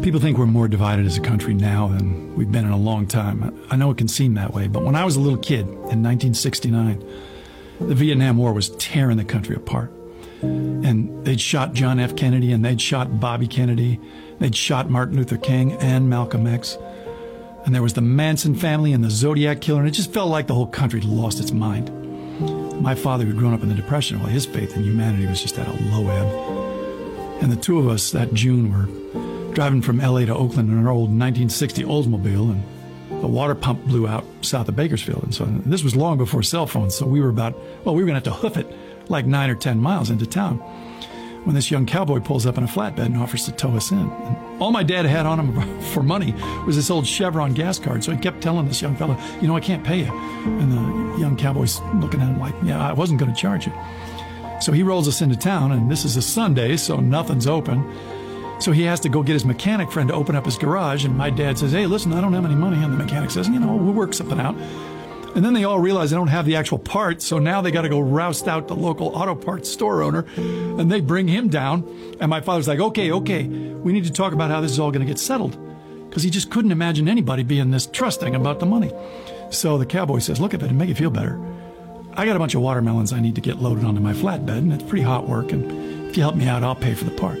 People think we're more divided as a country now than we've been in a long time. I know it can seem that way, but when I was a little kid in 1969, the Vietnam War was tearing the country apart. And they'd shot John F. Kennedy, and they'd shot Bobby Kennedy, they'd shot Martin Luther King and Malcolm X. And there was the Manson family and the Zodiac killer, and it just felt like the whole country lost its mind. My father, who'd grown up in the Depression, well, his faith in humanity was just at a low ebb. And the two of us that June were driving from LA to Oakland in an old 1960 Oldsmobile, and the water pump blew out south of Bakersfield. And so and this was long before cell phones, so we were about, well, we were going to have to hoof it like nine or 10 miles into town when this young cowboy pulls up in a flatbed and offers to tow us in. And all my dad had on him for money was this old Chevron gas card. So he kept telling this young fellow, you know, I can't pay you. And the young cowboy's looking at him like, yeah, I wasn't going to charge you. So he rolls us into town, and this is a Sunday, so nothing's open. So he has to go get his mechanic friend to open up his garage, and my dad says, Hey, listen, I don't have any money. And the mechanic says, You know, we'll work something out. And then they all realize they don't have the actual part, so now they got to go roust out the local auto parts store owner, and they bring him down. And my father's like, Okay, okay, we need to talk about how this is all going to get settled. Because he just couldn't imagine anybody being this trusting about the money. So the cowboy says, Look at it and make you feel better. I got a bunch of watermelons I need to get loaded onto my flatbed, and it's pretty hot work, and if you help me out, I'll pay for the part.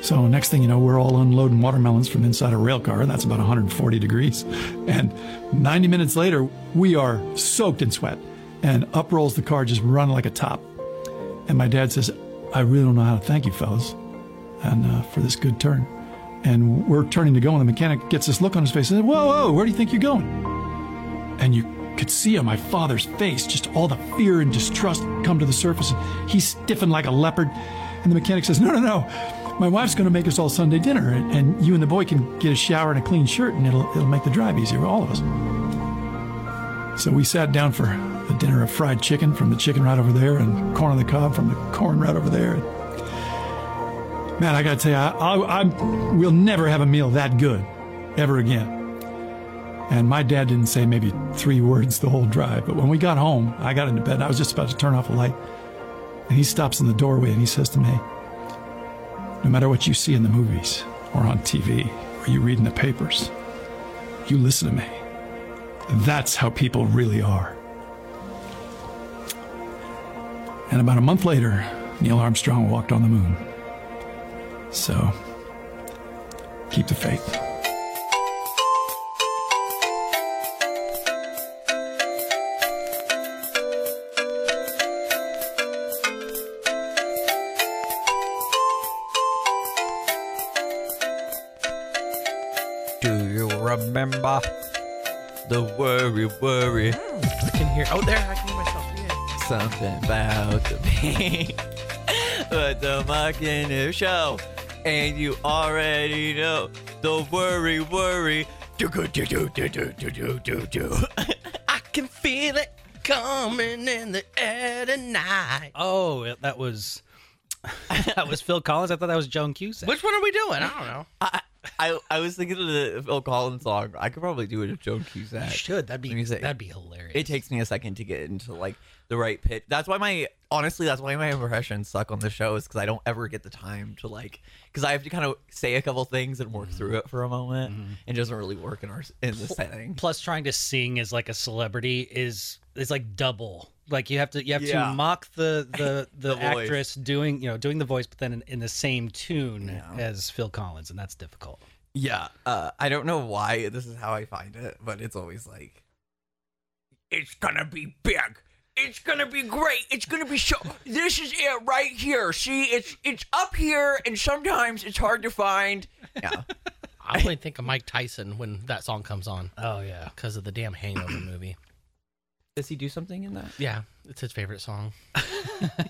So next thing you know, we're all unloading watermelons from inside a rail car. That's about 140 degrees. And 90 minutes later, we are soaked in sweat. And up rolls the car, just run like a top. And my dad says, I really don't know how to thank you, fellas, and uh, for this good turn. And we're turning to go, and the mechanic gets this look on his face and says, Whoa, whoa, where do you think you're going? And you could see on my father's face just all the fear and distrust come to the surface. He stiffened like a leopard. And the mechanic says, No, no, no my wife's going to make us all Sunday dinner, and, and, you and the boy can get a shower and a clean shirt, and it'll, it'll make the drive easier for all of us. So we sat down for a dinner of fried chicken from the chicken right over there, and corn on the cob from the corn right over there. Man, I got to tell you, I, I, I, we'll never have a meal that good ever again. And my dad didn't say maybe three words the whole drive, but when we got home, I got into bed, and I was just about to turn off the light, and he stops in the doorway and he says to me, no matter what you see in the movies or on TV or you read in the papers, you listen to me. That's how people really are. And about a month later, Neil Armstrong walked on the moon. So, keep the faith. remember the worry, worry. I can hear. Oh, there, I can hear myself. Yeah. Something about the pain. but the mocking show, and you already know the worry, worry. Do do do do do do do do do. I can feel it coming in the air tonight. Oh, that was. that was Phil Collins. I thought that was Joan Cusack. Which one are we doing? I don't know. I, I, I was thinking of the Phil Collins song. I could probably do it if Joan Cusack. You should. That'd be music. that'd be hilarious. It takes me a second to get into like the right pitch. That's why my honestly, that's why my impressions suck on the show is because I don't ever get the time to like because I have to kind of say a couple things and work through it for a moment. Mm-hmm. It doesn't really work in our in the setting. Plus, trying to sing as like a celebrity is is like double like you have to you have yeah. to mock the the the, the actress voice. doing you know doing the voice but then in, in the same tune yeah. as phil collins and that's difficult yeah uh, i don't know why this is how i find it but it's always like it's gonna be big it's gonna be great. It's gonna be so. This is it right here. See, it's it's up here, and sometimes it's hard to find. Yeah, I only think of Mike Tyson when that song comes on. Oh yeah, because of the damn Hangover movie. Does he do something in that? Yeah, it's his favorite song.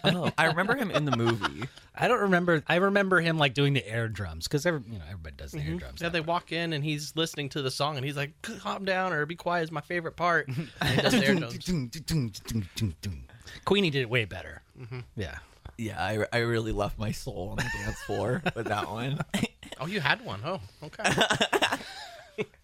oh, I remember him in the movie. I don't remember. I remember him like doing the air drums because every, you know everybody does the mm-hmm. air drums. Hmm? Yeah, they way. walk in and he's listening to the song and he's like, "Calm down" or "Be quiet" is my favorite part. And he does air drums. Queenie did it way better. Mm-hmm. Yeah. Yeah, I, I really left my soul on the dance floor with that one. oh, you had one. Oh, okay. Welcome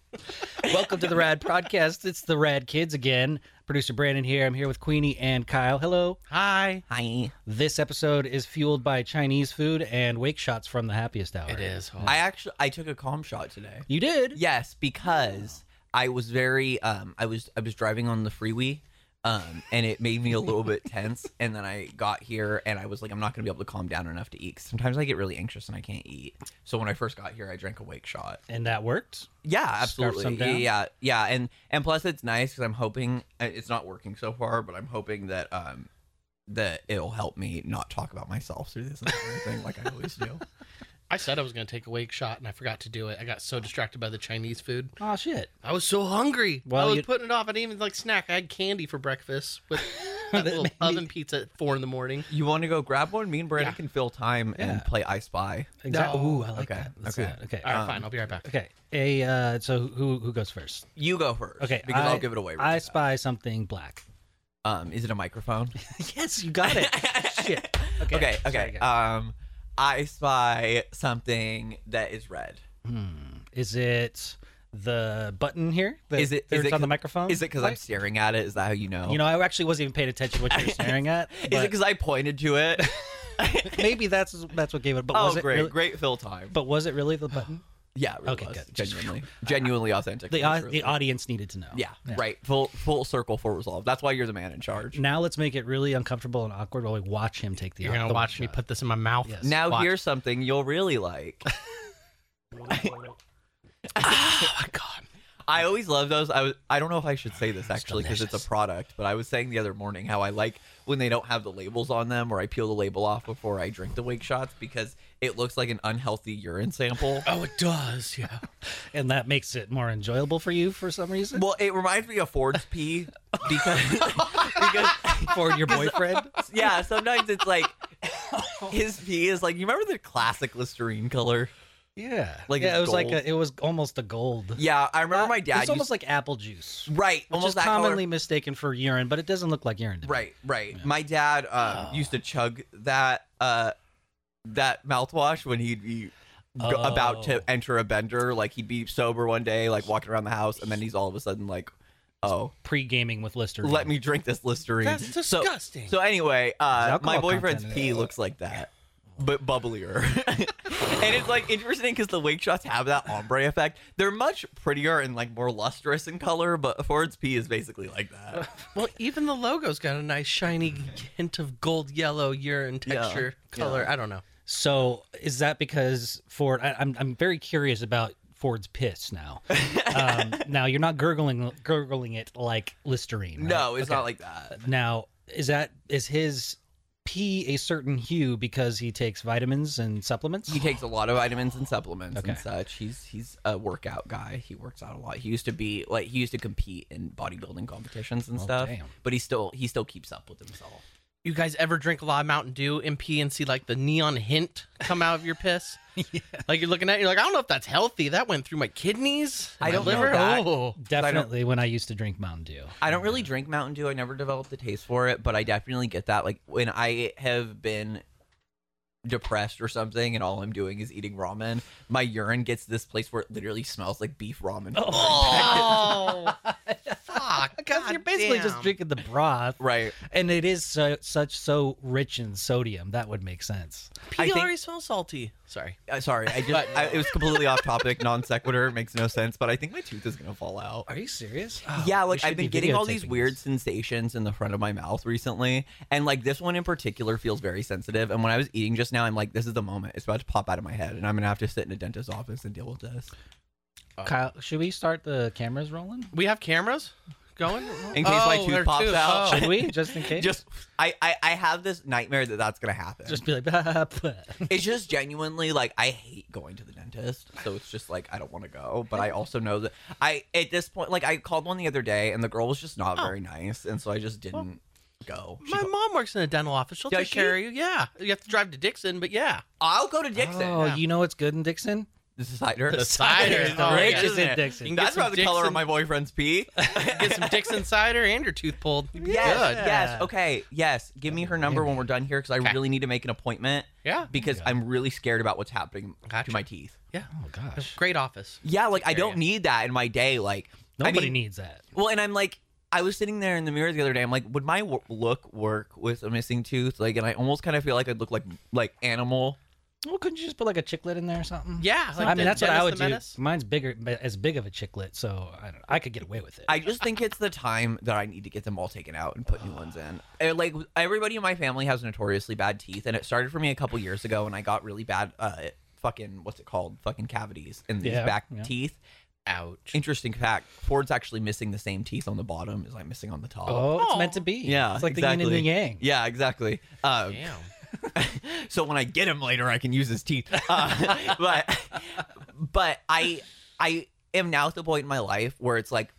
Welcome to the Rad Podcast. It's the Rad Kids again. Producer Brandon here. I'm here with Queenie and Kyle. Hello. Hi. Hi. This episode is fueled by Chinese food and wake shots from the happiest hour. It is. Oh, I actually I took a calm shot today. You did? Yes, because I was very um I was I was driving on the freeway um and it made me a little bit tense and then I got here and I was like I'm not going to be able to calm down enough to eat. 'cause sometimes I get really anxious and I can't eat. So when I first got here I drank a wake shot. And that worked. Yeah, Scarf absolutely. some down? Yeah, yeah, and and plus it's nice because I'm hoping uh, it's not working so far, but I'm hoping that um that it'll help me not talk about myself through this entire thing like I always do. I said I was going to take a wake shot and I forgot to do it. I got so distracted by the Chinese food. Oh, shit. I was so hungry. Well, I was you- putting it off. I didn't even like snack. I had candy for breakfast with a little made me- oven pizza at four in the morning. You want to go grab one? Me and Brandon can fill time Yeah. and play I Spy. Exactly. Ooh, I like Okay, that. Let's okay. do that. Okay. All right, fine. I'll be right back. Um, Okay. A uh, so who who goes first? You go first. Okay. Because I, I, will give it away. I right spy something black. now. um, is it a microphone? yes, you got it. Shit. Okay. okay, Sorry, okay. guys. Um, I spy something that is red. is it the button here? that- Is it? that Is it's it on the 'cause- microphone? Is it because I'm staring at it? Is that how you know? You know, I actually wasn't even paying attention to what you were staring at. is it but because I pointed to it? maybe that's that's what gave it. But oh, was it great, really, great fill time. But was it really the button? yeah, it really Okay, was. good. Genuinely, genuinely authentic. the It was au- really- the audience needed to know. yeah, right. Full full circle, full resolve. That's why you're the man in charge. Now let's make it really uncomfortable and awkward while we watch him take the. You're going the to watch me shot. put this in my mouth. Yes. Now Watch. here's something you'll really like. Oh, my God. I always love those. I was, I don't know if I should say this actually because it's a product, but I was saying the other morning how I like when they don't have the labels on them or I peel the label off before I drink the wake shots because it looks like an unhealthy urine sample. Oh, it does. Yeah. and that makes it more enjoyable for you for some reason. well, it reminds me of Ford's pee because because for your boyfriend. yeah, sometimes it's like his pee is like you remember the classic Listerine color. Yeah, Like yeah, it's it was like gold. a, it was almost a gold. Yeah, I remember my dad. It's almost used, like apple juice, right, which almost is that color. commonly mistaken for urine, but it doesn't look like urine. To me. Right, right. My dad Ah. uh, used to chug that uh, that mouthwash when he'd be go- about Oh. to enter a bender. Like he'd be sober one day, like walking around the house, and then he's all of a sudden like, "Oh, Pre-gaming with Listerine. let me drink this Listerine." That's So- disgusting. So, anyway, uh, alcohol my boyfriend's content in it. Oh. pee looks like that. But bubblier, and it's like interesting because the wake shots have that ombre effect. They're much prettier and like more lustrous in color, but Ford's pee is basically like that. Well, even the logo's got a nice shiny hint of gold yellow urine Yeah. texture color. I don't know. So is that because Ford? I, I'm I'm very curious about Ford's piss now. Um, now you're not gurgling gurgling it like Listerine. right? No, it's not like that. Now is that is his pee a certain hue because he takes vitamins and supplements? he takes a lot of vitamins and supplements Okay. and such. He's he's a workout guy. He works out a lot. He used to be like he used to compete in bodybuilding competitions and stuff. Oh, damn. But he still he still keeps up with himself. You guys ever drink a lot of Mountain Dew MP and see like the neon hint come out of your piss? Like you're looking at it, you're like, I don't know if that's healthy. That went through my kidneys. I my don't know liver. that. Oh. Definitely when I used to drink Mountain Dew. I don't really drink Mountain Dew. I never developed a taste for it, but I definitely get that. Like when I have been depressed or something and all I'm doing is eating ramen, my urine gets to this place where it literally smells like beef ramen. Oh, fuck. Because you're basically just drinking the broth, Right. and it is so, such so rich in sodium that would make sense. I I think- already smells salty. Sorry. Uh, sorry, I just I, it was completely off topic, non sequitur, makes no sense, but I think my tooth is going to fall out. Are you serious? yeah, Oh, we like should I've been be getting all these videotaping this. weird sensations in the front of my mouth recently, and like this one in particular feels very sensitive. And when I was eating just now, I'm like, this is the moment; it's about to pop out of my head, and I'm gonna have to sit in a dentist's office and deal with this. Kyle, should we start the cameras rolling? We have cameras going? In case my Oh, tooth there are pops two. out. Oh. Should we, just in case? Just, I, I, I have this nightmare that that's gonna happen. just be like, "Bah, bah, bah." it's just genuinely like I hate going to the dentist, so it's just like I don't want to go. But I also know that I at this point, like I called one the other day, and the girl was just Oh. not very nice, and so I just didn't go. My mom works in a dental office. She'll Does take care of you. Yeah. You have to drive to Dixon, but yeah. I'll go to Dixon. oh, you know what's good in Dixon? This is cider. The cider. is Oh, great, yeah. isn't it? Dixon. You can get That's some about the color Dixon- of my boyfriend's pee. yes, Get some Dixon cider and your tooth pulled. You'd be Good. yes. Okay, yes. Give me her number when we're done here because I really need to make an appointment Yeah. because I'm really scared about what's happening to Gotcha. my teeth. Yeah. Oh gosh. Great office. Yeah, like I don't need that in my day. Like Nobody I mean, needs that. Well, and I'm like, I was sitting there in the mirror the other day. I'm like, would my w- look work with a missing tooth? Like, and I almost kind of feel like I'd look like like animal. Well, couldn't you just put like a chiclet in there or something? Yeah, like I mean the that's what Dennis I the would do. Menace? Mine's bigger, as big of a chiclet, so I, don't, I could get away with it. I just think it's the time that I need to get them all taken out and put new ones in. And, like everybody in my family has notoriously bad teeth, and it started for me a couple years ago, and I got really bad uh, fucking what's it called? Fucking cavities in these Yeah, back yeah. teeth. Ouch. Interesting fact: Ford's actually missing the same teeth on the bottom as I'm missing on the top. oh, it's Oh. meant to be. Yeah, it's like exactly. the yin and the yang. Yeah, exactly. Um, Damn. so when I get him later, I can use his teeth. Uh, but but I I am now at the point in my life where it's like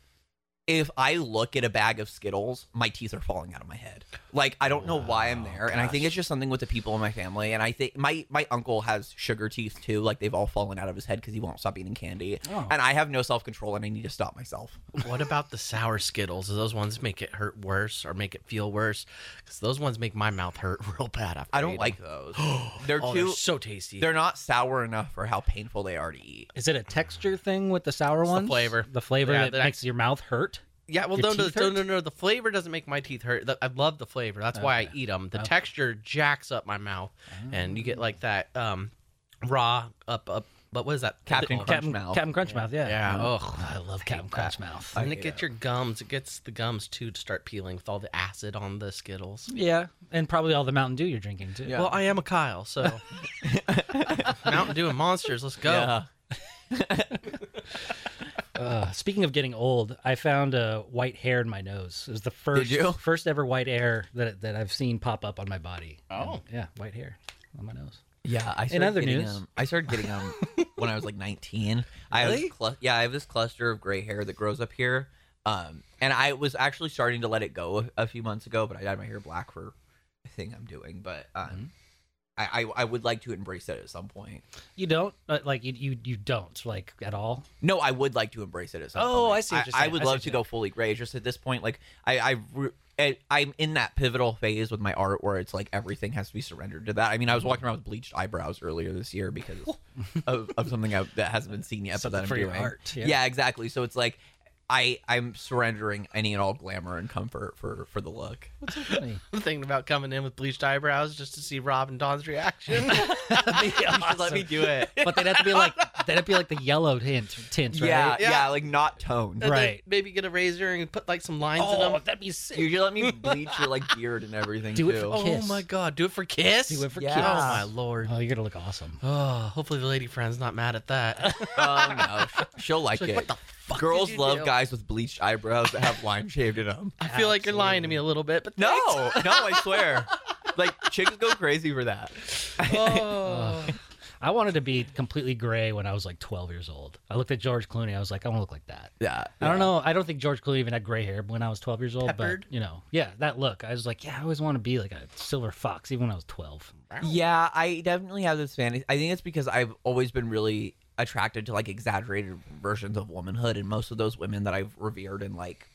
if I look at a bag of Skittles, my teeth are falling out of my head. Like I don't know why I'm there, and I think it's just something with the people in my family. And I think my my uncle has sugar teeth too. Like they've all fallen out of his head because he won't stop eating candy. Oh. And I have no self control, and I need to stop myself. What about the sour Skittles? Do those ones make it hurt worse or make it feel worse? Because those ones make my mouth hurt real bad. After I don't eating. like those. they're Oh, too. they're so tasty. They're not sour enough for how painful they are to eat. Is it a texture thing with the sour the ones? flavor. The flavor Yeah, that that- makes your mouth hurt. yeah. Well, Your no, no, teeth no, hurt? no, no. The flavor doesn't make my teeth hurt. The- I love the flavor. That's why I eat them. The texture jacks up my mouth, and you get like that um, raw up up. But what is that? Captain Oh, Crunch Captain, mouth. Captain Crunch mouth. Yeah. Yeah. Oh, Ugh. I love Captain Crunch mouth. And it gets your gums. It gets the gums too to start peeling with all the acid on the Skittles. yeah, and probably all the Mountain Dew you're drinking too. Well, I am a Kyle, so Mountain Dew and monsters. Let's go. Yeah. Uh, speaking of getting old, I found a uh, white hair in my nose. It was the first you? first ever white hair that that I've seen pop up on my body. Oh, yeah, white hair on my nose. Yeah, I started other getting news- them. I started getting them when I was like 19. I have this clu- yeah, I have this cluster of gray hair that grows up here. Um, and I was actually starting to let it go a, a few months ago, but I dyed my hair black for a thing I'm doing. But um, Mm-hmm. I, I I would like to embrace it at some point. You don't Uh, like you you, you don't like at all. No, I would like to embrace it at some Oh, point. I see what you're I, saying. would I see love what to you're go fully gray. It's Just at this point, like I, I, re- I I'm in that pivotal phase with my art where it's like everything has to be surrendered to that. I mean, I was walking around with bleached eyebrows earlier this year because of, of something I, that hasn't been seen yet. Something but that I'm for your doing. art, yeah. exactly. So it's like. I, I'm surrendering any and all glamour and comfort for, for the look. I'm thinking about coming in with bleached eyebrows just to see Rob and Don's reaction. You should let me do it. But they'd have to be like that'd be like the yellow tint tint, right? Yeah, yeah, Yeah. like not toned. And then Right. Maybe get a razor and put like some lines in Oh, them. that'd be sick. You should let me bleach your like beard and everything Do it too. for- Oh Kiss. my god, do it for kiss. Do it for Yeah. kids. Oh my lord. Oh, you're gonna look awesome. Oh, hopefully the lady friend's not mad at that. Oh no, Sh- she'll like like, it. "What the fuck Girls did you love do?" guys with bleached eyebrows that have lime shaved in them. I feel like you're lying to me a little bit, but No, thanks. no, I swear. Like chicks go crazy for that. Oh. I wanted to be completely gray when I was like 12 years old. I looked at George Clooney. I was like, I want to look like that. Yeah, I don't know. I don't think George Clooney even had gray hair when I was 12 years old. Peppered. But, you know, yeah, that look. I was like, yeah, I always want to be like a silver fox, even when I was 12. Yeah, I definitely have this fantasy. I think it's because I've always been really attracted to like exaggerated versions of womanhood, and most of those women that I've revered in like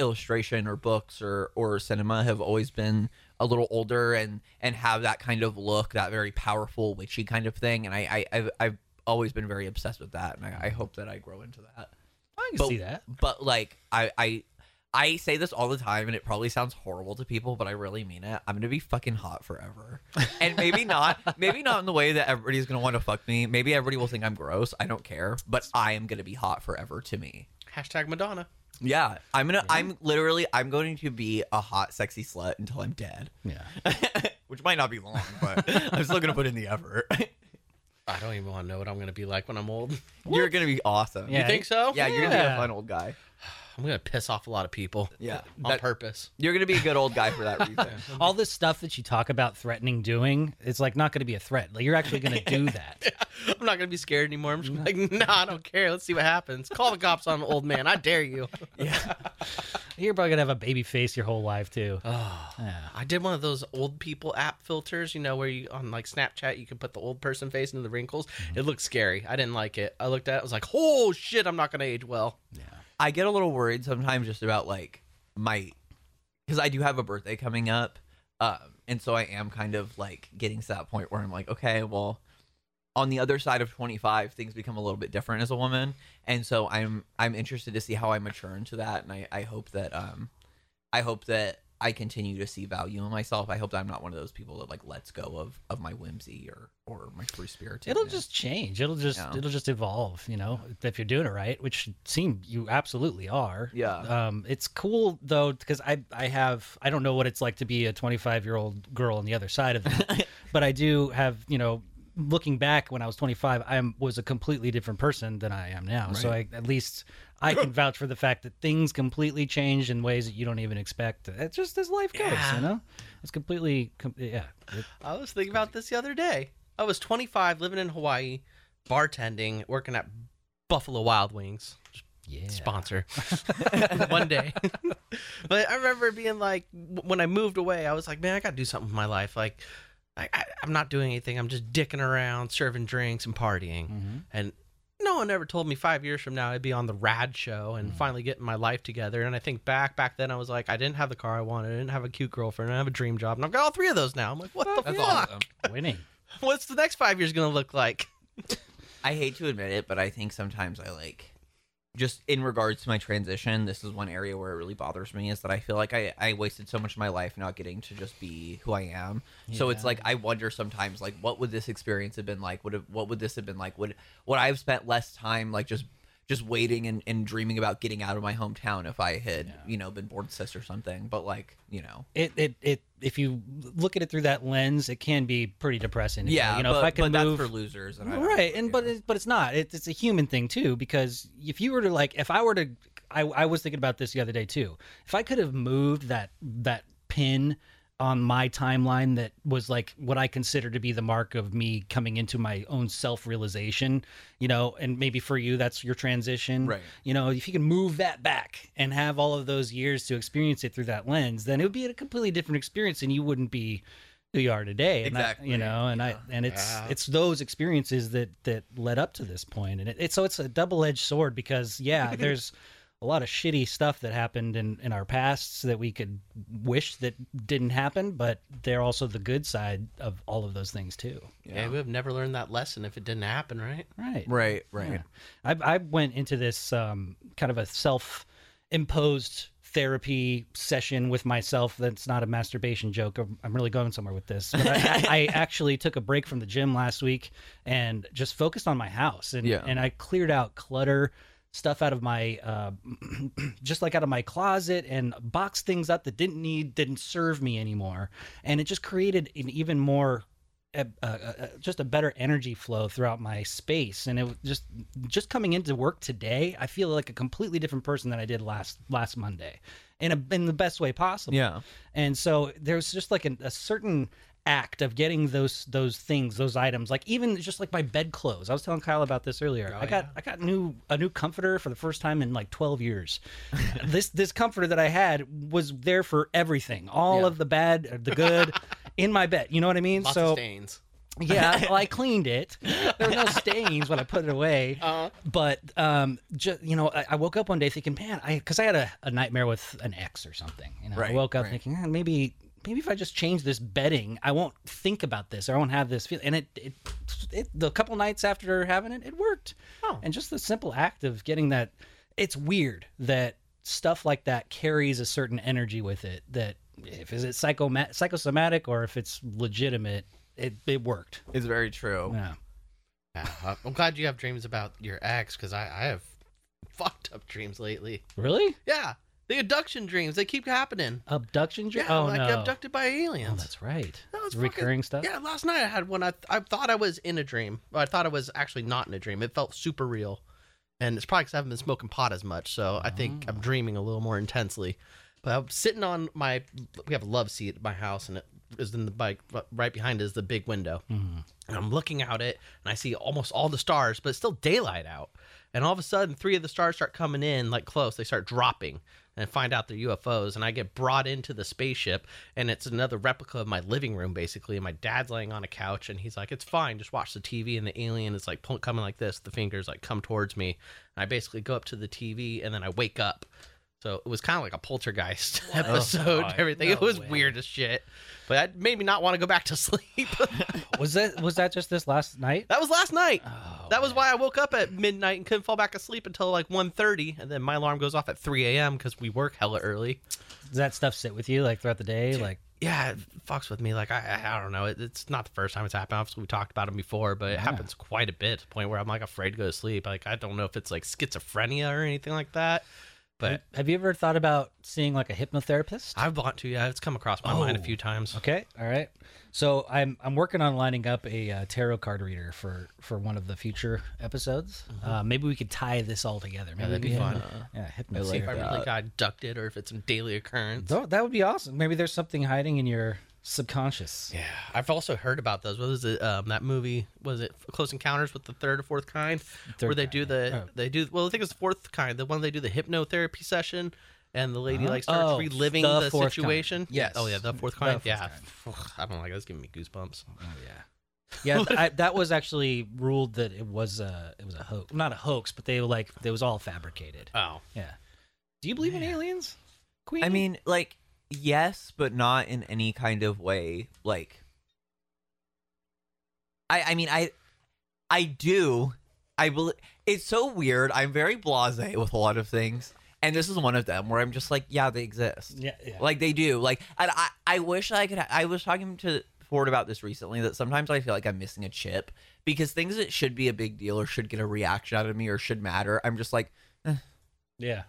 illustration or books or or cinema have always been a little older and and have that kind of look, that very powerful witchy kind of thing. And I, I I've, I've always been very obsessed with that, and I, I hope that I grow into that. I can But- see that. But like I I I say this all the time and it probably sounds horrible to people, but I really mean it. I'm gonna be fucking hot forever. And maybe not maybe not in the way that everybody's gonna want to fuck me. Maybe everybody will think I'm gross. I don't care. But I am gonna be hot forever to me. Hashtag Madonna. Yeah. I'm gonna I'm literally I'm going to be a hot, sexy slut until I'm dead. Yeah. Which might not be long, but I'm still gonna put in the effort. I don't even want to know what I'm gonna be like when I'm old. You're gonna be awesome. Yeah. You think so? Yeah, you're gonna be a Yeah. fun old guy. I'm gonna piss off a lot of people. Yeah, On that- purpose. You're gonna be a good old guy for that reason. All this stuff that you talk about threatening doing, it's like not going to be a threat. Like, you're actually going to do that. I'm not gonna be scared anymore. I'm just gonna be like, no, I don't care. Let's see what happens. Call the cops on an old man. I dare you. You're probably going to have a baby face your whole life, too. I did one of those old people app filters, you know, where you on like Snapchat you can put the old person face into the wrinkles. Mm-hmm. It looked scary. I didn't like it. I looked at it, I was like, oh shit, I'm not gonna age well. I get a little worried sometimes just about like my because I do have a birthday coming up, um, and so I am kind of like getting to that point where I'm like, okay, well, on the other side of 25 things become a little bit different as a woman and so i'm i'm interested to see how i mature into that and i i hope that um i hope that i continue to see value in myself i hope that i'm not one of those people that like lets go of of my whimsy or or my free spirit It'll just change. It'll just Yeah. it'll just evolve. You know, if you're doing it right, which seem you absolutely are. Yeah. Um, it's cool though because I I have I don't know what it's like to be a 25 year old girl on the other side of that, but I do have you know looking back when I was 25, I am, was a completely different person than I am now. So I, at least I can vouch for the fact that things completely change in ways that you don't even expect. It's just as life goes. You know, it's completely com- yeah. It- I was thinking about this the other day. I was 25, living in Hawaii, bartending, working at Buffalo Wild Wings. yeah. sponsor one day. but I remember being like, w- when I moved away, I was like, man, I got to do something with my life. Like, I, I, I'm not doing anything. I'm just dicking around, serving drinks and Mm. partying. Mm-hmm. And no one ever told me five years from now I'd be on the rad show Mm. and finally getting my life together. And I think back, back then I was like, I didn't have the car I wanted. I didn't have a cute girlfriend. I didn't have a dream job. And I've got all three of those now. I'm like, what the that's fuck? awesome Winning. What's the next five years going to look like? I hate to admit it, but I think sometimes I like just in regards to my transition, this is one area where it really bothers me is that I feel like I, I wasted so much of my life not getting to just be who I am. So it's like I wonder sometimes like what would this experience have been like? Would have, what would this have been like? Would would I have spent less time like just just waiting and, and dreaming about getting out of my hometown if I had, you know, been born cis or something. But like, you know. it, it, it if you look at it through that lens, it can be pretty depressing. Yeah, you know, but, if I can but move, that's for losers and I don't- right? And but yeah. it, but it's not. It, it's a human thing too, because if you were to like, if I were to, I, I was thinking about this the other day too. If I could have moved that that pin on my timeline that was like what I consider to be the mark of me coming into my own self realization, you know, and maybe for you that's your transition, Right. You know, if you can move that back and have all of those years to experience it through that lens, then it would be a completely different experience, and you wouldn't be who you are today. And I- Exactly. you know, know, and I and it's it's those experiences that that led up to this point, and it, it's so it's a double edged sword because yeah, there's a lot of shitty stuff that happened in in our pasts that we could wish that didn't happen, but they're also the good side of all of those things too. Yeah, we would have never learned that lesson if it didn't happen, right? Right. Right, right. I, I went into this um, kind of a self imposed therapy session with myself. That's not a masturbation joke. I'm, I'm really going somewhere with this. But I, I, I actually took a break from the gym last week and just focused on my house. And, Yeah. and I cleared out clutter. Stuff out of my, uh, just like out of my closet, and boxed things up that didn't need, didn't serve me anymore, and it just created an even more a, a, a, just a better energy flow throughout my space and it was just just coming into work today i feel like a completely different person than i did last last monday in a, in the best way possible Yeah. and so there's just like an, a certain act of getting those those things those items like even just like my bedclothes i was telling kyle about this earlier Oh, i got i got new a new comforter for the first time in like 12 years this this comforter that i had was there for everything all of the bad uh, the good in my bed you know what i mean Lots so of stains. yeah, well, I cleaned it. There were no stains when I put it away. Uh-huh. But um, just you know, I, I woke up one day thinking, man, I because I had a, a nightmare with an ex or something. You know, I Right, woke up right. thinking "Ah, maybe maybe if I just change this bedding, I won't think about this or I won't have this feeling. And it, it, it the couple nights after having it, it worked. Oh. And just the simple act of getting that, it's weird that stuff like that carries a certain energy with it that. If is it psychoma- psychosomatic or if it's legitimate, it, it worked. It's very true. Yeah. Yeah, I- I'm glad you have dreams about your ex because I, I have fucked up dreams lately. Really? Yeah, the abduction dreams they keep happening. Abduction? Dr- Yeah, oh, like no. abducted by oh, aliens. that's right. No, it's Recurring stuff? yeah, last night I had one. I th- I thought I was in a dream. Well, I thought I was actually not in a dream. It felt super real, and it's probably because I haven't been smoking pot as much, so I think Oh. I'm dreaming a little more intensely. But I'm sitting on my. We have a love seat at my house, and it is in the bike right behind it is the big window. Mm-hmm. And I'm looking out it, and I see almost all the stars, but it's still daylight out. And all of a sudden, three of the stars start coming in like close. They start dropping and find out they're UFOs. And I get brought into the spaceship, and it's another replica of my living room, basically. And my dad's laying on a couch, and he's like, It's fine. Just watch the TV. And the alien is like pull- coming like this. The fingers like come towards me. And I basically go up to the TV, and then I wake up. So it was kind of like a poltergeist episode. and everything it was weird as shit, but that made me not want to go back to sleep. Was that was that just this last night? that was last night. that was why I woke up at midnight and couldn't fall back asleep until like 1.30. and then my alarm goes off at three a.m. because we work hella early. Does that stuff sit with you like throughout the day? Like yeah, it fucks with me. Like I, I I don't know. It, it's not the first time it's happened. Obviously, we talked about it before, but it happens quite a bit to the point where I'm like afraid to go to sleep. Like I don't know if it's like schizophrenia or anything like that, but have you ever thought about seeing like a hypnotherapist? I want to. Yeah, it's come across my mind a few times. Okay, all right. So I'm I'm working on lining up a uh, tarot card reader for for one of the future episodes. Uh, maybe we could tie this all together. Maybe that'd we be could fun. have- yeah, See if I hypnotherapy. really got abducted or if it's a daily occurrence. Tho- that would be awesome. Maybe there's something hiding in your subconscious. Yeah, I've also heard about those. What was it? Um, that movie was it Close Encounters with the Third or Fourth Kind, where they kind, do the they do well. I think it's the fourth kind. The one they do the hypnotherapy session, and the lady like starts Oh, reliving the the, fourth situation. kind. Yes. Oh yeah, the fourth The kind. fourth yeah. I don't like. That's giving me goosebumps. Oh, Yeah, th- I, that was actually ruled that it was a it was a hoax. Not a hoax, but they like it was all fabricated. Oh. Yeah. Do you believe in aliens, Queen? I mean, like, yes, but not in any kind of way. Like, I, I mean, I, I do. I believe it's so weird. I'm very blasé with a lot of things, and this is one of them where I'm just like, yeah, they exist. yeah, yeah. Like they do. Like and I, I wish I could. I was talking to Ford about this recently. That sometimes I feel like I'm missing a chip because things that should be a big deal or should get a reaction out of me or should matter. I'm just like, yeah.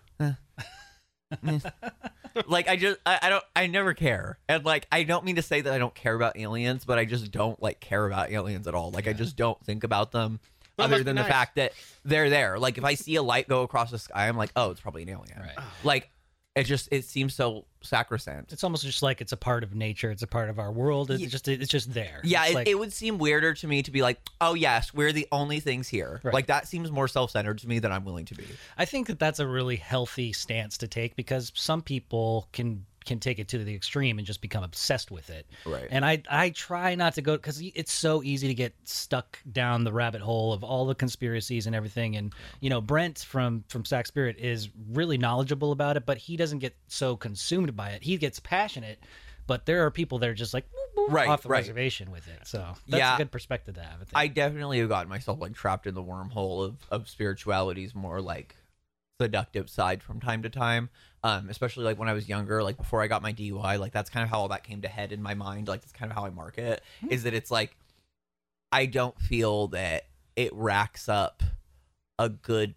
like I just, I, I don't, I never care. And like, I don't mean to say that I don't care about aliens, but I just don't like care about aliens at all. Like I just don't think about them. Well, it other must than be the nice. fact that they're there, like if I see a light go across the sky, I'm like, oh, it's probably an alien. Right. Like it just it seems so sacrosanct. It's almost just like it's a part of nature. It's a part of our world. It's Ye- just it's just there. Yeah, It's it, like, it would seem weirder to me to be like, oh yes, we're the only things here. Right. Like that seems more self-centered to me than I'm willing to be. I think that that's a really healthy stance to take because some people can can take it to the extreme and just become obsessed with it. Right. And I I try not to go because it's so easy to get stuck down the rabbit hole of all the conspiracies and everything. And you know Brent from from Sack Spirit is really knowledgeable about it, but he doesn't get so consumed by it. He gets passionate, but there are people that are just like boop, boop, Right, off the right. reservation with it. So that's Yeah. a good perspective to have. I think. I definitely have gotten myself like trapped in the wormhole of of spirituality's more like seductive side from time to time. Um, especially like when I was younger, like before I got my DUI, like that's kind of how all that came to head in my mind. Like that's kind of how I mark it. Is that it's like I don't feel that it racks up a good.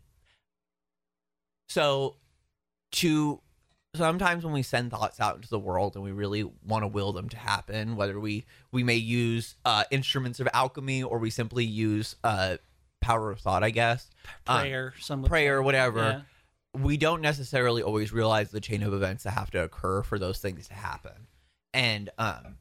So, to sometimes when we send thoughts out into the world and we really want to will them to happen, whether we we may use uh, instruments of alchemy or we simply use uh, power of thought, I guess, Um, prayer, some prayer, whatever. Yeah. We don't necessarily always realize the chain of events that have to occur for those things to happen, and um,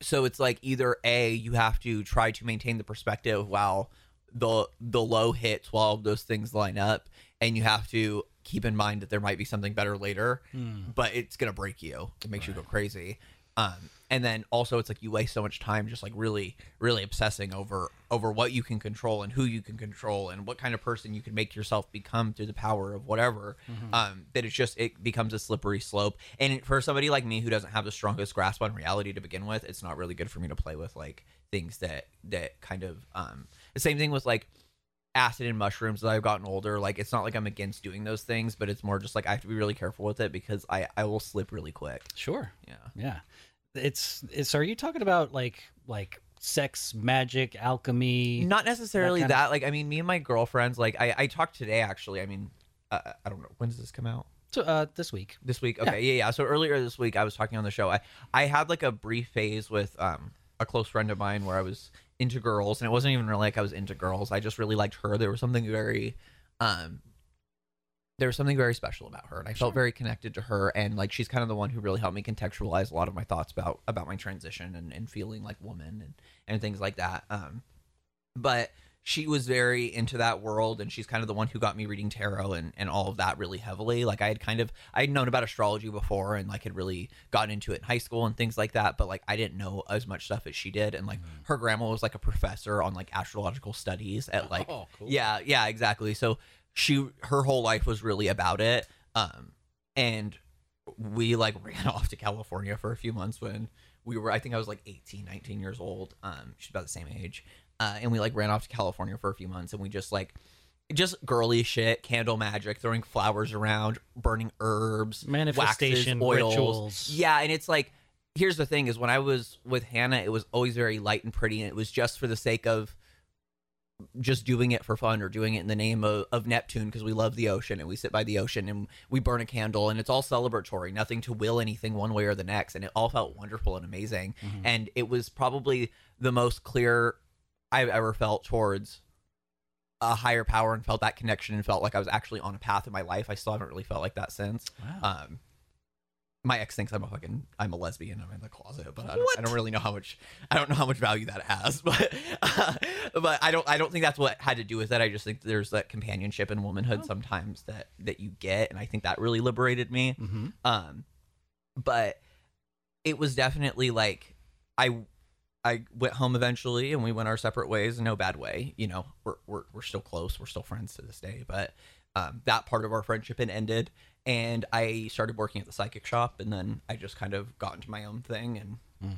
so it's like either a you have to try to maintain the perspective while the the low hits while all of those things line up, and you have to keep in mind that there might be something better later, but it's gonna break you. It makes you go crazy. Um, and then also it's like you waste so much time just like really really obsessing over over what you can control and who you can control and what kind of person you can make yourself become through the power of whatever um, that it's just it becomes a slippery slope and it, for somebody like me who doesn't have the strongest grasp on reality to begin with it's not really good for me to play with like things that that kind of um, the same thing with like acid and mushrooms as I've gotten older. Like it's not like I'm against doing those things, but it's more just like I have to be really careful with it because I I will slip really quick. Sure. Yeah. Yeah. It's it's are you talking about like like sex, magic, alchemy? Not necessarily That that. kind Like I mean, me and my girlfriends. Like I I talked today actually. I mean, uh, I don't know when does this come out. So, uh this week. This week, okay, yeah. yeah, So earlier this week, I was talking on the show. I I had like a brief phase with um a close friend of mine where I was into girls, and it wasn't even really like I was into girls. I just really liked her. There was something very, um, there was something very special about her, and I felt very connected to her. And like she's kind of the one who really helped me contextualize a lot of my thoughts about about my transition and and feeling like woman and and things like that. Um, but she was very into that world and she's kind of the one who got me reading tarot and, and all of that really heavily like i had kind of i had known about astrology before and like had really gotten into it in high school and things like that but like i didn't know as much stuff as she did and like Mm. her grandma was like a professor on like astrological studies at like Oh, cool. yeah yeah exactly so she her whole life was really about it um and we like ran off to California for a few months when we were I think I was like 18, 19 years old. Um she's about the same age. Uh, and we like ran off to California for a few months and we just like just girly shit, candle magic, throwing flowers around, burning herbs, Manifestation waxes, oils. rituals. Yeah, and it's like here's the thing is when I was with Hannah, it was always very light and pretty and it was just for the sake of just doing it for fun or doing it in the name of, of Neptune because we love the ocean and we sit by the ocean and we burn a candle and it's all celebratory, nothing to will anything one way or the next. And it all felt wonderful and amazing. And it was probably the most clear I've ever felt towards a higher power and felt that connection and felt like I was actually on a path in my life. I still haven't really felt like that since. Um, my ex thinks I'm a fucking I'm a lesbian. I'm in the closet, but I don't, I don't really know how much I don't know how much value that has. But uh, but I don't I don't think that's what had to do with it. I just think there's that companionship in womanhood sometimes that that you get, and I think that really liberated me. Mm-hmm. Um, but it was definitely like I I went home eventually, and we went our separate ways. in No bad way, you know. We're we're we're still close. We're still friends to this day. But um, that part of our friendship had ended, and I started working at the psychic shop, and then I just kind of got into my own thing and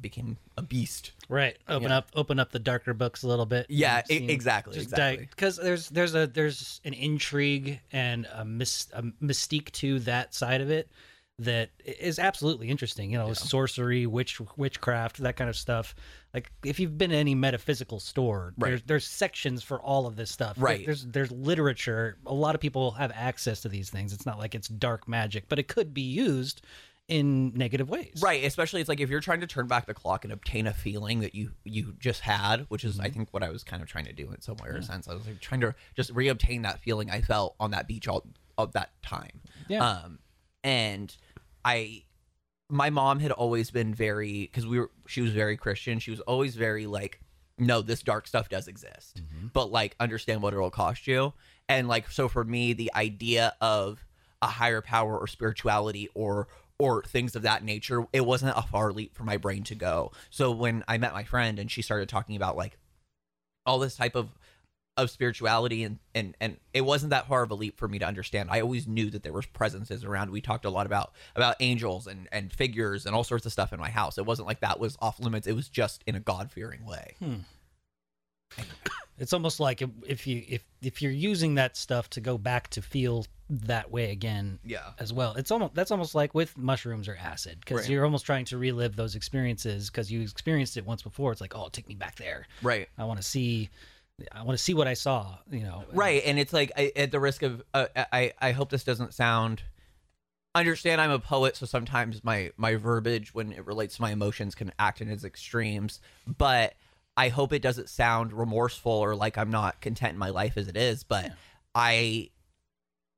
became a beast. Right. Open Yeah. up open up the darker books a little bit. Yeah, e- exactly, exactly. Because there's there's a there's an intrigue and a, mys- a mystique to that side of it that is absolutely interesting. You know, sorcery, witch witchcraft, that kind of stuff. Like if you've been to any metaphysical store, Right. there's there's sections for all of this stuff. There- Right. There's there's literature. A lot of people have access to these things. It's not like it's dark magic, but it could be used in negative ways. Right, especially it's like if you're trying to turn back the clock and obtain a feeling that you you just had, which is I think what I was kind of trying to do in some way or sense. I was like trying to just reobtain that feeling I felt on that beach all of that time. Yeah. Um, and I, my mom had always been very because we were she was very Christian. She was always very like, no, this dark stuff does exist, but like understand what it'll cost you. And like so for me, the idea of a higher power or spirituality or or things of that nature, it wasn't a far leap for my brain to go. So when I met my friend and she started talking about like all this type of of spirituality and and and it wasn't that far of a leap for me to understand i always knew that there was presences around we talked a lot about about angels and and figures and all sorts of stuff in my house it wasn't like that was off limits it was just in a god-fearing way It's almost like if- if you if if you're using that stuff to go back to feel that way again, Yeah. as well. It's almost that's almost like with mushrooms or acid because Right. you're almost trying to relive those experiences because you experienced it once before. It's like, oh, take me back there. right I want to see, I want to see what I saw. You know, right and it's like I, at the risk of uh, i i hope this doesn't sound understand i'm a poet so sometimes my my verbiage when it relates to my emotions can act in its extremes but i hope it doesn't sound remorseful or like i'm not content in my life as it is but i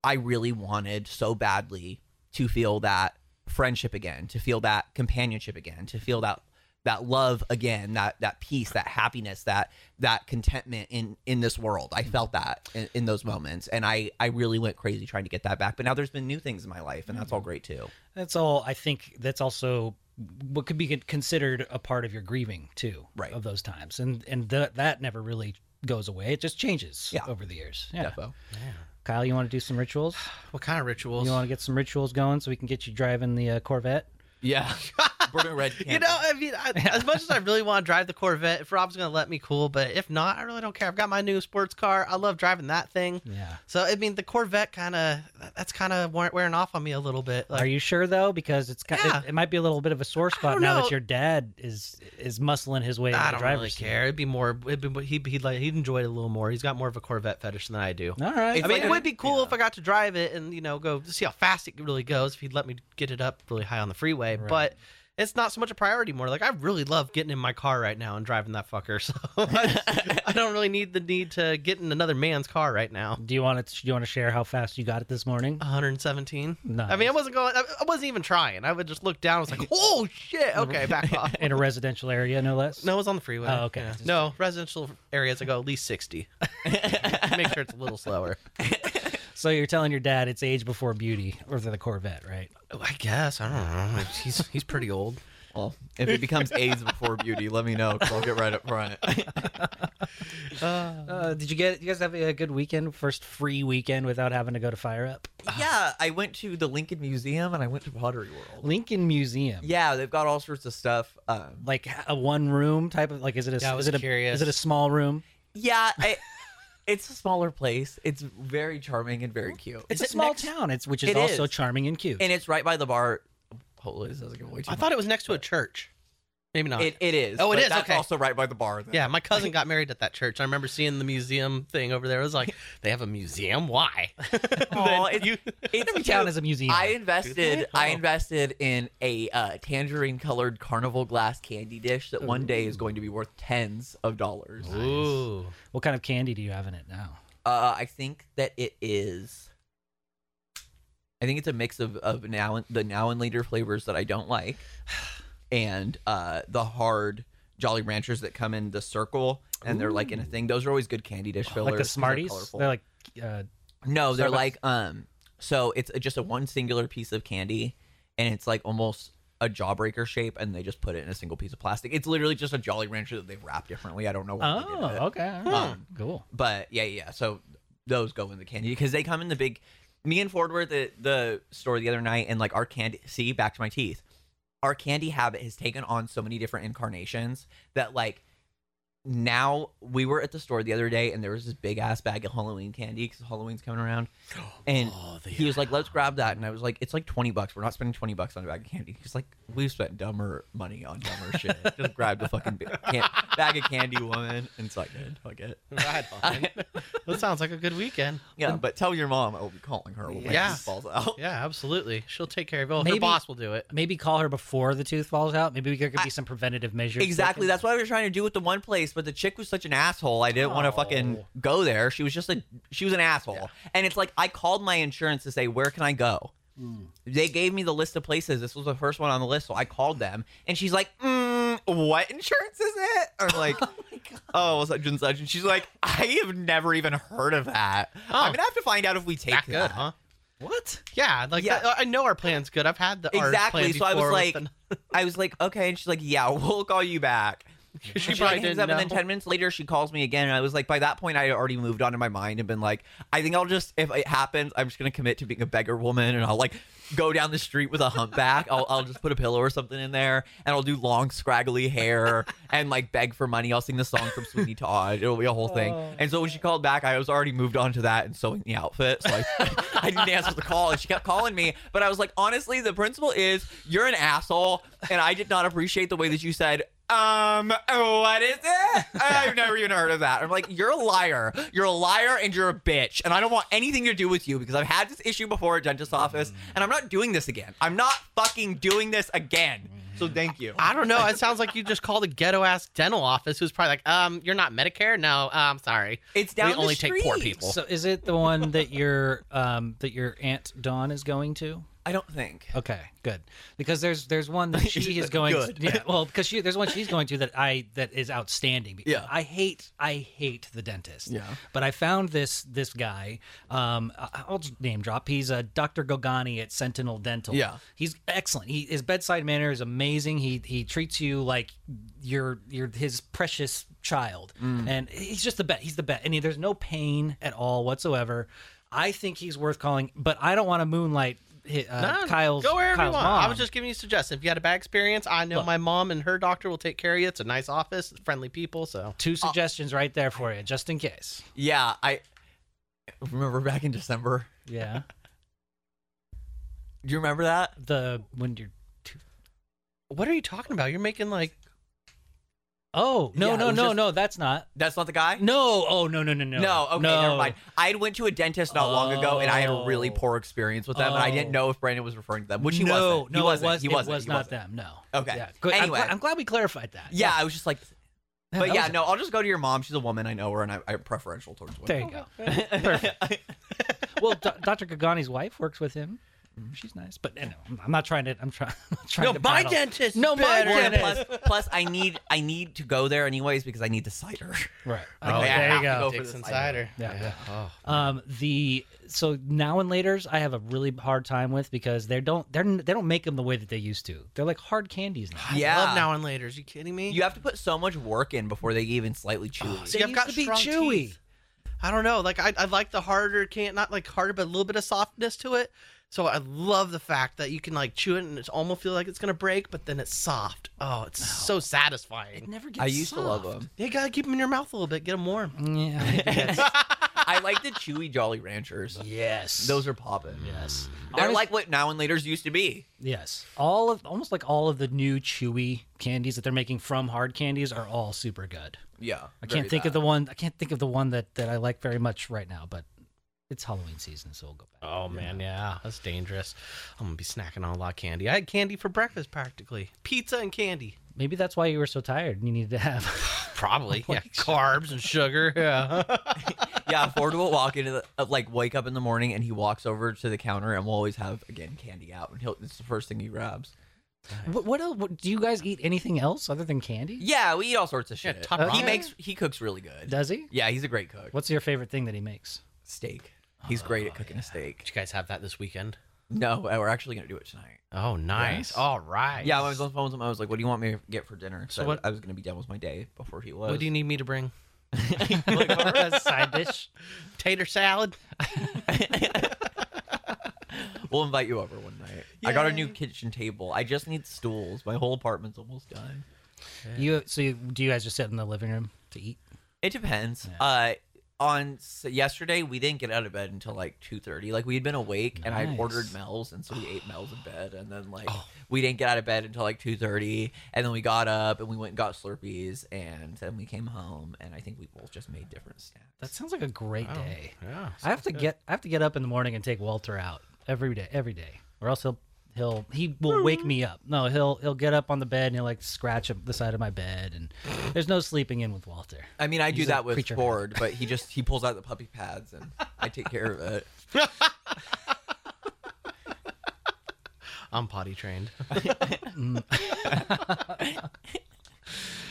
i really wanted so badly to feel that friendship again to feel that companionship again to feel that that love again that that peace that happiness that that contentment in in this world i felt that in, in those moments and i i really went crazy trying to get that back but now there's been new things in my life and that's all great too That's all. I think that's also what could be con- considered a part of your grieving too, Right. Of those times, and and th- that never really goes away. It just changes Yeah. over the years. Yeah. Defo. Kyle, you want to do some rituals? What kind of rituals? You want to get some rituals going so we can get you driving the uh, Corvette? yeah burning red candle. You know, I mean, I, as much as I really want to drive the Corvette, if Rob's going to let me, cool. But if not, I really don't care. I've got my new sports car. I love driving that thing. Yeah. So, I mean, the Corvette kind of, that's kind of wearing off on me a little bit. Like, Are you sure though? Because it's kind Yeah. it, it might be a little bit of a sore spot don't now know. that your dad is is muscling his way. into I the don't driver's really seat. care. It'd be more, it'd be, he'd, he'd, like, he'd enjoy it a little more. He's got more of a Corvette fetish than I do. All right. I mean, it like- would be cool if I got to drive it and you know go see how fast it really goes. If he'd let me get it up really high on the freeway, but it's not so much a priority more. Like I really love getting in my car right now and driving that fucker. So I don't really need the need to get in another man's car right now. do you want to do you want to share how fast you got it this morning? Uh, 117. I Nice. mean, I wasn't going. I I wasn't even trying. I would just look down. I was like, "Oh shit!" Okay, back off. In a residential area, no less. No, it was on the freeway. Oh, okay. Yeah. No, residential areas. I go at least 60. Make sure it's a little slower. So you're telling your dad it's age before beauty, or the Corvette, right? Oh, I guess I don't know. He's he's pretty old. Well, if it becomes AIDS before beauty, let me know because I'll get right up front. Uh, did you get? You guys have a good weekend? First free weekend without having to go to Fire Up. yeah, I went to the Lincoln Museum and I went to Pottery World. Lincoln Museum. Yeah, they've got all sorts of stuff. Um, Like a one room type of like is it a Yeah, I was is it a curious. is it a small room? yeah, I, it's a smaller place. It's very charming and very cute, It's it a small next- town. It's which is It also is. charming and cute. and it's right by the bar. Hopefully, this doesn't give away too I thought it was next to a church. Maybe not. much. It, it is. Oh, it but is, That's okay. also right by the bar. Then. yeah, my cousin got married at that church. I remember seeing the museum thing over there. I was like, they have a museum? Why? Aw, it's, it's Every cute. town has a museum. I invested. I invested in a uh, tangerine-colored carnival glass candy dish that one day is going to be worth tens of dollars. Ooh. what kind of candy do you have in it now? Uh, I think that it is. I think it's a mix of of now and, the now and later flavors that I don't like, and uh, the hard Jolly Ranchers that come in the circle and they're like in a thing. Those are always good candy dish fillers. Like the 'cause they're Smarties? colorful. They're like uh, No, they're Starbucks? like um. So it's just a one singular piece of candy, and it's like almost a jawbreaker shape, and they just put it in a single piece of plastic. It's literally just a Jolly Rancher that they've wrapped differently. I don't know. Why they did it. oh okay all right. Um, cool. But yeah, yeah. So those go in the candy because they come in the big. Me and Ford were at the the store the other night, and like our candy. See, back to my teeth. Our candy habit has taken on so many different incarnations that like now we were at the store the other day and there was this big ass bag of Halloween candy because Halloween's coming around. And he was like, let's grab that. And I was like, it's like 20 bucks. We're not spending 20 bucks on a bag of candy. He's like, we've spent dumber money on dumber shit. Just grab the fucking big can- bag of candy, woman. And so I did. Fuck it. Right on. that sounds like a good weekend. Yeah, but tell your mom I will be calling her when Yeah. this falls out. Yeah, absolutely. She'll take care of it. Well, Maybe- Her boss will do it. Maybe call her before the tooth falls out. Maybe there could be some preventative measures. Exactly. That's what we were trying to do with the one place, but the chick was such an asshole. I didn't want to fucking Oh. go there. She was just a she was an asshole. And it's like I called my insurance to say where can I go. Hmm. They gave me the list of places. This was the first one on the list, so I called them, and she's like, mm, "What insurance is it?" I'm like, "Oh, well, such and such," and she's like, "I have never even heard of that. I'm gonna have to find out if we take Oh. That that." good, huh? What? Yeah, like Yeah. that- I know our plan's good. I've had the our plan Exactly. So I was before with like, the- I was like, "Okay," and she's like, "Yeah, we'll call you back." she she like, probably hangs didn't up, and then know. ten minutes later, she calls me again, and I was like, by that point, I had already moved on in my mind and been like, I think I'll just, if it happens, I'm just gonna commit to being a beggar woman, and I'll like go down the street with a humpback. I'll, I'll just put a pillow or something in there, and I'll do long scraggly hair and like beg for money. I'll sing the song from Sweeney Todd. It'll be a whole thing. Oh, And so when she called back, I was already moved on to that and sewing the outfit. So I, I didn't answer the call, and she kept calling me. But I was like, honestly, the principle is you're an asshole, and I did not appreciate the way that you said. Um, what is it? I've never even heard of that. I'm like, you're a liar. You're a liar and you're a bitch. And I don't want anything to do with you because I've had this issue before at dentist Mm. office and I'm not doing this again. I'm not fucking doing this again. So thank you. I don't know. It sounds like you just called a ghetto ass dental office who's probably like, um, you're not Medicare? No, uh, I'm sorry. It's down we the only take poor street. people. So is it the one that your um that your aunt Dawn is going to? I don't think. Okay, good. Because there's there's one that she is going. Good. Yeah, well, because she there's one she's going to that I that is outstanding. Because Yeah. I hate I hate the dentist. Yeah. But I found this this guy. Um, I- I'll just name drop. He's a Dr. Gogani at Sentinel Dental. Yeah. He's excellent. He his bedside manner is amazing. He he treats you like you're you're his precious child, Mm. and he's just the best. He's the best, and he, there's no pain at all whatsoever. I think he's worth calling, but I don't want to moonlight. hi- Uh, No, Kyle's go wherever Kyle's you want. Mom. I was just giving you a suggestion. If you had a bad experience, I know my mom and her doctor will take care of you. It's a nice office, friendly people. So two suggestions right there for you, just in case. Yeah, I remember back in December. Yeah, Do you remember that? the when you're. what are you talking about? You're making like Oh no Yeah, it no was no just- no that's not That's not the guy? no oh no no no no No, okay, never mind. I had went to a dentist not long ago, and I had a really Oh. poor experience with them, and I didn't Oh. know if Brandon was referring to them, which he no, wasn't. No, he wasn't. It was, he wasn't. It was he not wasn't. them. No. Okay. Yeah. Good. I'm Anyway. gla- I'm, glad we clarified that. Yeah, I was just like, Yeah, but that yeah, was- no, I'll just go to your mom. She's a woman. I know her, and I, I'm preferential towards women. Oh, There you go. Perfect. well, Do- Dr. Gagani's wife works with him. she's nice, but you know, I'm- I'm not trying to. I'm trying. I'm trying No, to my battle. dentist. No, my better. Well, and dentist. plus, plus, I need I need to go there anyways because I need the cider. Right. Like, oh, I there you have to go. for Dicks the and cider. cider. Yeah. Oh. Um, the so now and later's I have a really hard time with because they don't they're they don't make them the way that they used to. They're like hard candies now. I Yeah. love now and later. Are you kidding me? You have to put so much work in before they even slightly chew. See, They I've used got to be strong chewy. teeth. I don't know. Like I, I like the harder can not like harder, but a little bit of softness to it. So I love the fact that you can like chew it and it's almost feel like it's gonna break, but then it's soft. Oh, it's so It satisfying. never gets. I used to love soft. them. You gotta keep them in your mouth a little bit, get them warm. Yeah. I like the chewy Jolly Ranchers. yes. Those are popping. yes. They're Honest- like what now and later's used to be. yes. All of almost like all of the new chewy candies that they're making from hard candies are all super good. Yeah. I can't think of the one. I can't think of the one that that I like very much right now, but it's Halloween season, so we'll go back. Oh man, yeah, that's dangerous. I'm gonna be snacking on a lot of candy. I had candy for breakfast practically, pizza and candy. Maybe that's why you were so tired and you needed to have. Probably, yeah, carbs and sugar. Yeah, yeah, Ford will walk into the uh, like wake up in the morning and he walks over to the counter and we'll always have again candy out and he'll it's the first thing he grabs. what, what else? What, do you guys eat anything else other than candy? Yeah, we eat all sorts of shit. top he ramen. makes he cooks really good. Does he? yeah, he's a great cook. What's your favorite thing that he makes? Steak. He's great at cooking a steak. Did you guys have that this weekend? No, uh, we're actually gonna do it tonight. Oh, nice. Yes. All right. Yeah, I was on the phone with him. I was like, "What do you want me to get for dinner?" So So what- I was gonna be done with my day before he was. What do you need me to bring? A side dish. Tater salad. We'll invite you over one night. I got a new kitchen table. I just need stools. My whole apartment's almost done. You so you, do you guys just sit in the living room to eat? It depends. Uh, on s yesterday, we didn't get out of bed until like two thirty. Like we had been awake, and I Nice. Oh. ordered Mel's, and so we ate Mel's in bed, and then like we didn't get out of bed until like two thirty, and then we got up and we went and got Slurpees, and then we came home, and I think we both just made different snacks. That sounds like a great day. Yeah. I have to get I have to get up in the morning and take Walter out every day every day, or else he'll he'll he will wake me up. No, he'll he'll get up on the bed and he'll like scratch up the side of my bed, and there's no sleeping in with Walter. I mean, I do He's a that with creature of Ford, but he just he pulls out the puppy pads, and I take care of it. I'm potty trained.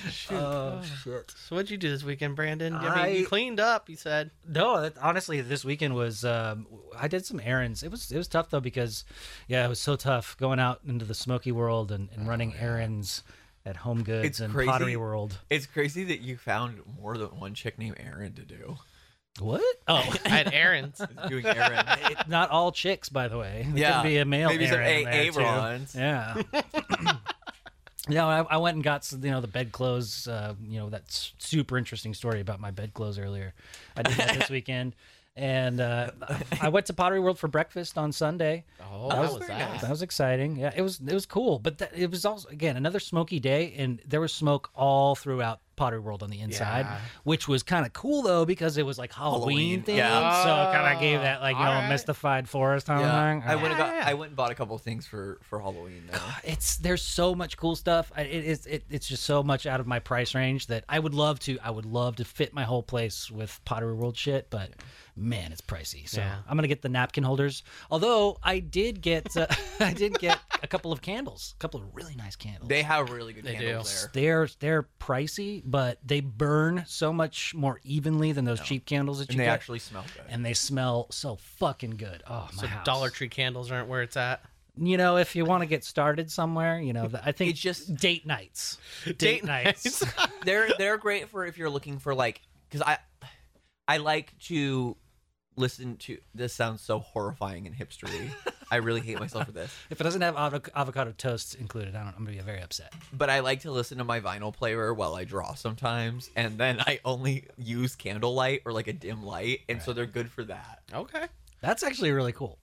Shoot. Oh, So what'd you do this weekend, Brandon? I mean, you I- cleaned up. You said No, that, honestly, this weekend was um, I did some errands. It was it was tough though because yeah, it was so tough going out into the smoky world and, and running errands at Home Goods Oh, It's and crazy. Pottery World. It's crazy that you found more than one chick named Erin to do. What? Oh, I had errands. Doing errands. it, not all chicks, by the way. There Yeah. could be a male Maybe some errand A- in there, Avrons. too. Yeah. yeah, I, I went and got some, you know the bedclothes. Uh, you know that s- super interesting story about my bedclothes earlier. I did that this weekend, and uh, I went to Pottery World for breakfast on Sunday. Oh, That that was was very that. That was exciting. Yeah, it was it was cool, but that, it was also again another smoky day, and there was smoke all throughout Pottery World on the inside, Yeah. which was kind of cool though because it was like Halloween, Halloween, thing. yeah. So it kind of gave that like you know Alright. mystified forest kind Yeah, of thing. I went and got. Yeah. I went and bought a couple things for for Halloween. Though. It's there's so much cool stuff. I- It is it, it's just so much out of my price range that I would love to. I would love to fit my whole place with Pottery World shit, but man, it's pricey. So Yeah. I'm gonna get the napkin holders. Although I did get uh, I did get a couple of candles, a couple of really nice candles. They have really good They candles They're they're pricey, but they burn so much more evenly than those cheap candles that there, you and they get, actually smell good. and they smell so fucking good. Oh my So house. Dollar Tree candles aren't where it's at. You know, if you want to get started somewhere, you know, th- I think It's just- date nights. Date, nights. they're they're great for if you're looking for like because I I like to listen to. This sounds so horrifying and hipstery. I really hate myself for this, if it doesn't have avo- avocado toasts included, I don't, I'm gonna be very upset. but I like to listen to my vinyl player while I draw sometimes, and then I only use candlelight or like a dim light, and so they're good for that. okay. That's actually really cool.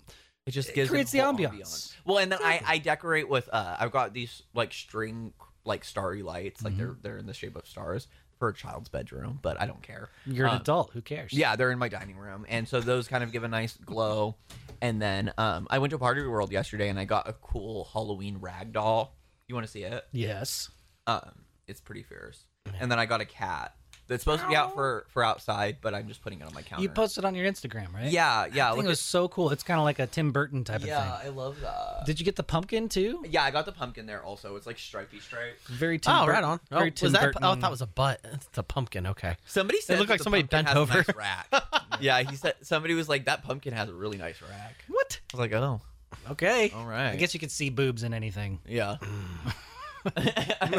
It just It gives it creates a the whole ambiance. Well, and then I, I decorate with uh I've got these like string like starry lights like Mm-hmm. they're they're in the shape of stars for a child's bedroom, but I don't care. You're an Um, adult. Who cares? Yeah, they're in my dining room, and so those kind of give a nice glow. And then um, I went to Party World yesterday, and I got a cool Halloween rag doll. You want to see it? Yes. Um, it's pretty fierce. And then I got a cat, that's supposed to be out for for outside, but I'm just putting it on my counter. You posted on your Instagram, right? Yeah, yeah. I think look it was so cool. It's kind of like a Tim Burton type at- yeah, of I love that. thing. Did you get the pumpkin too? Yeah, I got the pumpkin there also. It's like stripey stripe. Very Tim. Oh, right Burton- on. Oh, Very was Tim that? Burton. Oh, I thought it was a butt. It's a pumpkin. Okay. Somebody said looked that like the somebody pumpkin bent has a over. nice rack. yeah, he said somebody was like that pumpkin has a really nice rack. I what? was like, oh, Okay. all right. I guess you could see boobs in anything. yeah.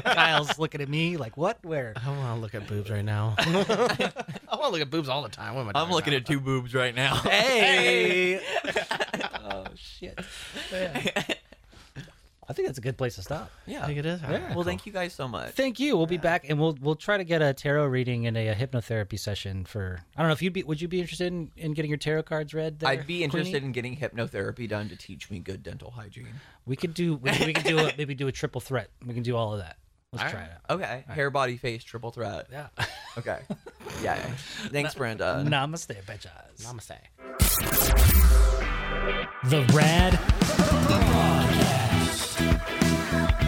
Kyle's looking at me like, what? Where? I want to look at boobs right now. I want to look at boobs all the time. What am I I'm talking looking about? at two boobs right now. Hey. oh shit. I think that's a good place to stop. Yeah. I think it is. Well, thank you guys so much. Thank you. We'll be back, and we'll we'll try to get a tarot reading and a, a hypnotherapy session for. I don't know if you'd be. Would you be interested in, in getting your tarot cards read? There, I'd be interested Queenie? in getting hypnotherapy done to teach me good dental hygiene. We could do. We, we could do a, maybe do a triple threat. We can do all of that. Let's try it out. Okay. Hair, body, face, triple threat. Yeah. Okay. Yeah. yeah. Thanks, Brenda. Namaste, bitches. Namaste. The Rad Broadcast. The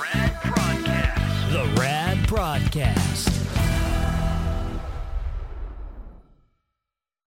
Rad Broadcast. The Rad Broadcast.